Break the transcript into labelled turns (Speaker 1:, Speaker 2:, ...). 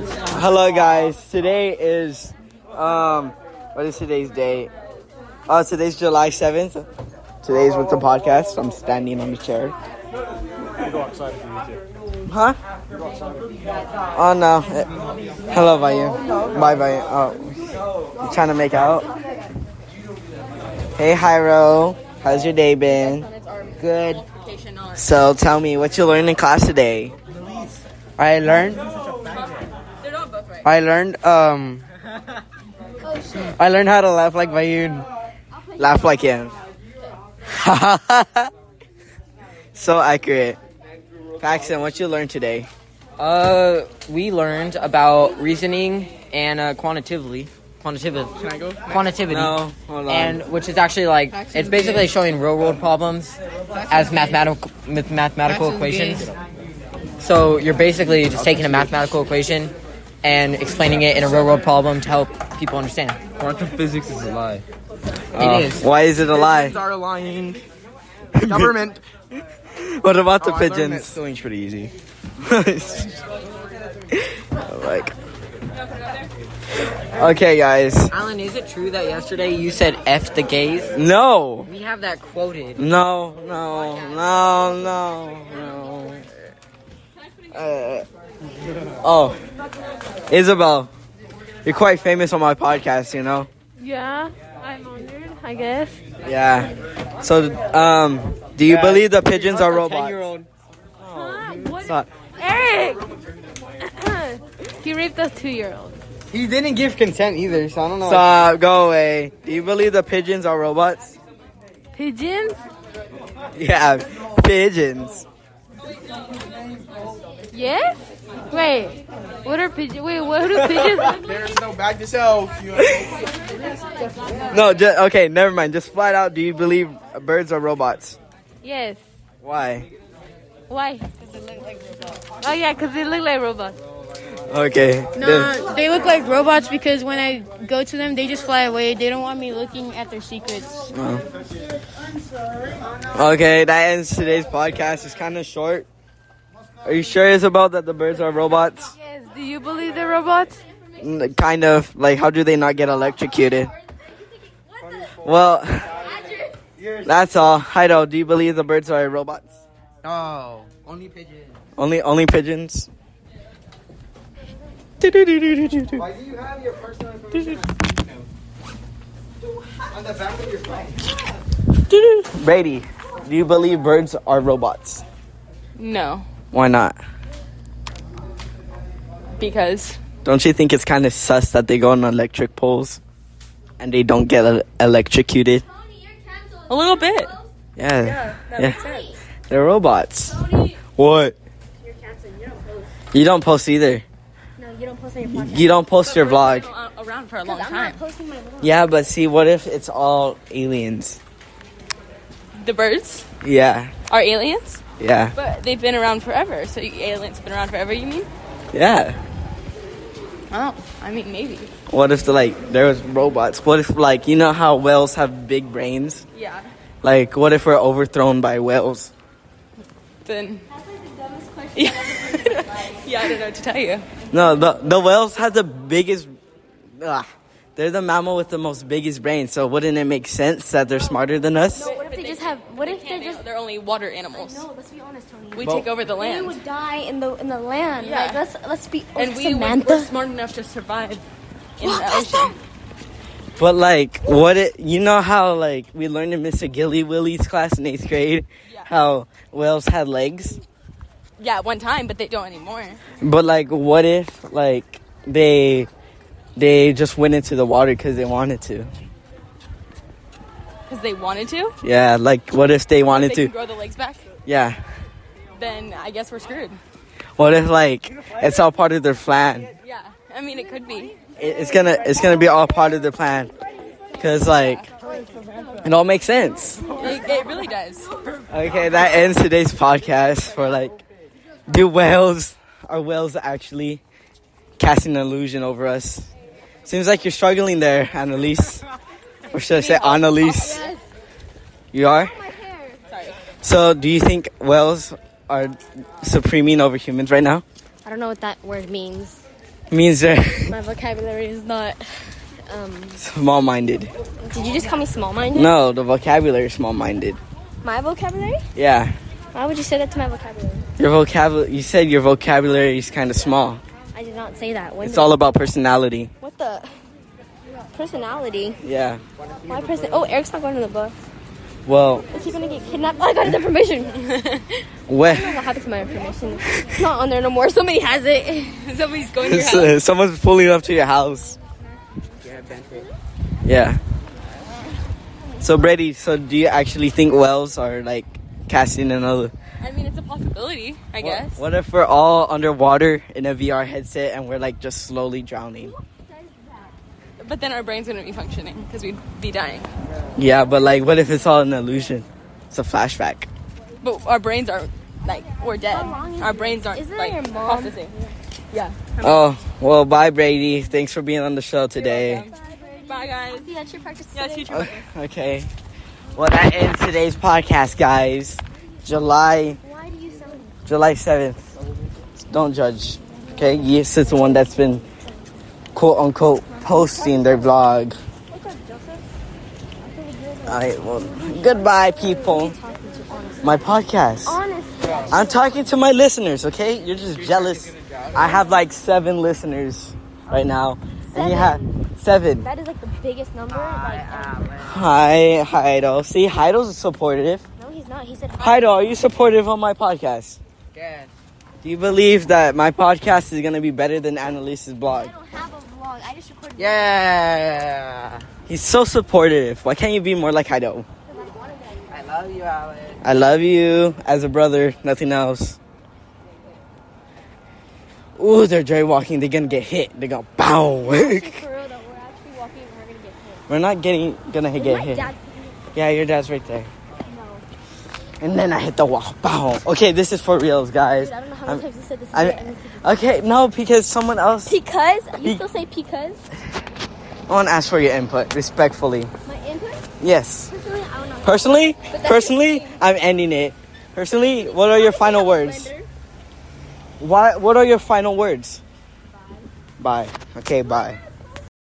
Speaker 1: Hello, guys. Today is um, what is today's day? Oh, today's July seventh. Today's with the podcast. I'm standing on the chair. Huh? Oh no. Hello, Vayu. Bye, Vayu. Oh, you trying to make out? Hey, Hyro. How's your day been? Good. So tell me what you learned in class today.
Speaker 2: I learned
Speaker 3: They're not both right.
Speaker 2: I learned um I learned how to laugh like Vayun.
Speaker 1: Laugh like him. so accurate. Paxton, what you learned today?
Speaker 4: Uh, we learned about reasoning and uh, quantitatively, quantitative, quantitativity,
Speaker 1: hold
Speaker 4: and which is actually like it's basically showing real world problems as mathematical with mathematical equations. So you're basically just taking a mathematical equation and explaining it in a real world problem to help people understand.
Speaker 2: Quantum physics is a lie.
Speaker 4: it is.
Speaker 1: Oh, Uh, Why is it a lie?
Speaker 2: Are lying. Government.
Speaker 1: What about the
Speaker 2: Oh, I learned that
Speaker 1: pigeons?
Speaker 2: spelling's pretty easy.
Speaker 1: like. Okay, guys.
Speaker 4: Alan, is it true that yesterday you said "f the gays"?
Speaker 1: No,
Speaker 4: We have that quoted.
Speaker 1: no, no, no, no, no. Uh, oh, Isabel, you're quite famous on my podcast, you know.
Speaker 5: Yeah, I'm honored, I guess.
Speaker 1: Yeah. So, um, do you believe the pigeons are robots?
Speaker 5: Huh? What?
Speaker 1: not-
Speaker 5: Eric! he raped a two year old.
Speaker 2: He didn't give consent either, so I don't know.
Speaker 1: Stop, go away. Do you believe the pigeons are robots?
Speaker 5: Pigeons?
Speaker 1: Yeah, pigeons.
Speaker 5: Yes? Wait, what are pigeons? Wait, what do pigeons look like?
Speaker 2: no, back this out.
Speaker 1: No, just, okay, never mind. Just flat out, do you believe birds are robots?
Speaker 5: Yes.
Speaker 1: Why?
Speaker 5: Why? Oh, yeah, because they look like robots.
Speaker 1: Okay. then-
Speaker 6: Nah, they look like robots because when I go to them, they just fly away. They don't want me looking at their secrets.
Speaker 1: Okay, that ends today's podcast. It's kind of short. Are you sure, Isabel, that the birds are robots?
Speaker 5: Yes, do you believe they're robots?
Speaker 1: N- Kind of. Like, how do they not get electrocuted? Well, that's all. Heido, do you believe the birds are robots?
Speaker 2: No,
Speaker 4: Oh,
Speaker 2: only pigeons.
Speaker 1: Only, only pigeons.
Speaker 2: Why do you have your personal information on the back of your phone?
Speaker 1: Brady, do you believe birds are robots?
Speaker 3: No,
Speaker 1: Why not?
Speaker 3: because
Speaker 1: Don't you think it's kind of sus that they go on electric poles and they don't get el- electrocuted?
Speaker 3: a little bit.
Speaker 1: Yeah. Yeah. They're robots. What? You don't post either.
Speaker 6: No, you don't post on your
Speaker 1: You don't post your vlog.
Speaker 3: around for a long time.
Speaker 6: posting my vlog.
Speaker 1: Yeah, but see, what if it's all aliens?
Speaker 3: The birds
Speaker 1: Yeah.
Speaker 3: are aliens,
Speaker 1: Yeah.
Speaker 3: but they've been around forever. So you, aliens have been around forever. You mean?
Speaker 1: Yeah.
Speaker 3: Oh, I mean maybe.
Speaker 1: What if like there was robots? What if like you know how whales have big brains?
Speaker 3: Yeah.
Speaker 1: Like what if we're overthrown by whales?
Speaker 3: Then. Yeah. yeah, I don't know what to tell you.
Speaker 1: No, the the whales have the biggest. Ugh, they're the mammal with the most biggest brain. So wouldn't it make sense that they're smarter than us?
Speaker 6: What if they just have? What if
Speaker 3: They're,
Speaker 6: they're just?
Speaker 3: they're only water animals.
Speaker 6: No, let's be honest, Tony.
Speaker 3: We take over the
Speaker 6: We
Speaker 3: land,
Speaker 6: would die in the in the land.
Speaker 3: Yeah.
Speaker 6: Like, let's let's be.
Speaker 3: and we would,
Speaker 6: Samantha.
Speaker 3: we're smart enough to survive in the ocean.
Speaker 1: But like, what it? You know how like we learned in Mr. Gilly Willy's class in eighth grade
Speaker 3: Yeah.
Speaker 1: how whales had legs.
Speaker 3: Yeah, at one time, but they don't anymore.
Speaker 1: But like, what if like they they just went into the water because they wanted to?
Speaker 3: Because they wanted to.
Speaker 1: Yeah, like what if they wanted
Speaker 3: They can
Speaker 1: to?
Speaker 3: grow the legs back.
Speaker 1: Yeah.
Speaker 3: Then I guess we're screwed.
Speaker 1: What if like it's all part of their plan?
Speaker 3: Yeah, I mean it could be.
Speaker 1: It- It's gonna it's gonna be all part of their plan, cause like it all makes sense.
Speaker 3: It, it really does.
Speaker 1: Okay, that ends today's podcast for like, do whales are whales actually casting an illusion over us? Seems like you're struggling there, Annalise, or should I say Annalise? You are.
Speaker 3: Sorry.
Speaker 1: So, do you think whales are supreming over humans right now?
Speaker 6: I don't know what that word means.
Speaker 1: means they're
Speaker 7: My vocabulary is not. Um,
Speaker 1: small minded.
Speaker 7: did you just call me small-minded?
Speaker 1: No, the vocabulary is small minded.
Speaker 7: My vocabulary?
Speaker 1: Yeah.
Speaker 7: Why would you say that to my vocabulary?
Speaker 1: Your vocabulary, you said your vocabulary is kind of small.
Speaker 7: I did not say that. When
Speaker 1: It's
Speaker 7: did-
Speaker 1: all about personality.
Speaker 7: What the? Personality.
Speaker 1: Yeah.
Speaker 7: My person. Oh, Eric's not going to the bus.
Speaker 1: Well,
Speaker 7: Is he gonna get kidnapped? Oh, I got his information.
Speaker 1: what?
Speaker 7: what happened to my information? It's not on there no more. Somebody has it. Somebody's going to your house.
Speaker 1: So- Someone's pulling up to your house. Yeah. So Brady, so do you actually think Wells are like casting another?
Speaker 3: I mean, it's a possibility, I guess.
Speaker 1: What if we're all underwater in a VR headset and we're like just slowly drowning?
Speaker 3: But then our brains wouldn't be functioning because we'd be dying.
Speaker 1: Yeah, but like, what if it's all an illusion? It's a flashback.
Speaker 3: But our brains are like we're dead. Our brains aren't
Speaker 7: Isn't that
Speaker 3: like
Speaker 7: your mom?
Speaker 3: processing.
Speaker 1: Oh well, bye Brady. Thanks for being on the show today.
Speaker 3: Bye guys.
Speaker 7: See, that's your practice.
Speaker 3: Yeah,
Speaker 7: today.
Speaker 3: teacher.
Speaker 1: Oh, Okay. Well, that ends today's podcast, guys. July
Speaker 7: Why do you sound?
Speaker 1: July 7th. Don't judge. Okay? Yes, it's the one that's been quote unquote posting their vlog. Alright, well, goodbye, people. My podcast. I'm talking to my listeners, okay? You're just jealous. I have like seven listeners right now. And you have seven.
Speaker 7: That is like the biggest number.
Speaker 1: Ah,
Speaker 7: Like, um,
Speaker 1: Hi, Heido. See, Heido's supportive.
Speaker 7: no, he's not. He said.
Speaker 1: Heido, are you supportive on my podcast?
Speaker 4: Yes.
Speaker 1: Do you believe that my podcast is gonna be better than Annalise's blog?
Speaker 7: I don't have a vlog. I just recorded.
Speaker 4: Yeah.
Speaker 1: He's so supportive. Why can't you be more like Heido?
Speaker 4: I love you, Alex.
Speaker 1: I love you as a brother, nothing else. Ooh, they're jaywalking. They're gonna get hit. They're gonna bow.
Speaker 7: For real though, we're actually walking and we're gonna get hit.
Speaker 1: We're not getting gonna
Speaker 7: Is
Speaker 1: get
Speaker 7: "Oh, my
Speaker 1: hit.
Speaker 7: dad
Speaker 1: Yeah, your dad's right there.
Speaker 7: No.
Speaker 1: And then I hit the wall. Bow. Okay, this is for reals, guys.
Speaker 7: Dude, I don't know how
Speaker 1: I'm-
Speaker 7: many times you said this.
Speaker 1: I'm-
Speaker 7: today.
Speaker 1: Okay, no, because someone else.
Speaker 7: Because you
Speaker 1: Be-
Speaker 7: still say because
Speaker 1: I want to ask for your input respectfully.
Speaker 7: my input
Speaker 1: Yes.
Speaker 7: personally I don't know.
Speaker 1: Personally,
Speaker 7: that's
Speaker 1: personally,
Speaker 7: the thing.
Speaker 1: I'm ending it. Personally, what are your final words?
Speaker 7: Blender.
Speaker 1: Why? What are your final words? Bye. Okay, bye.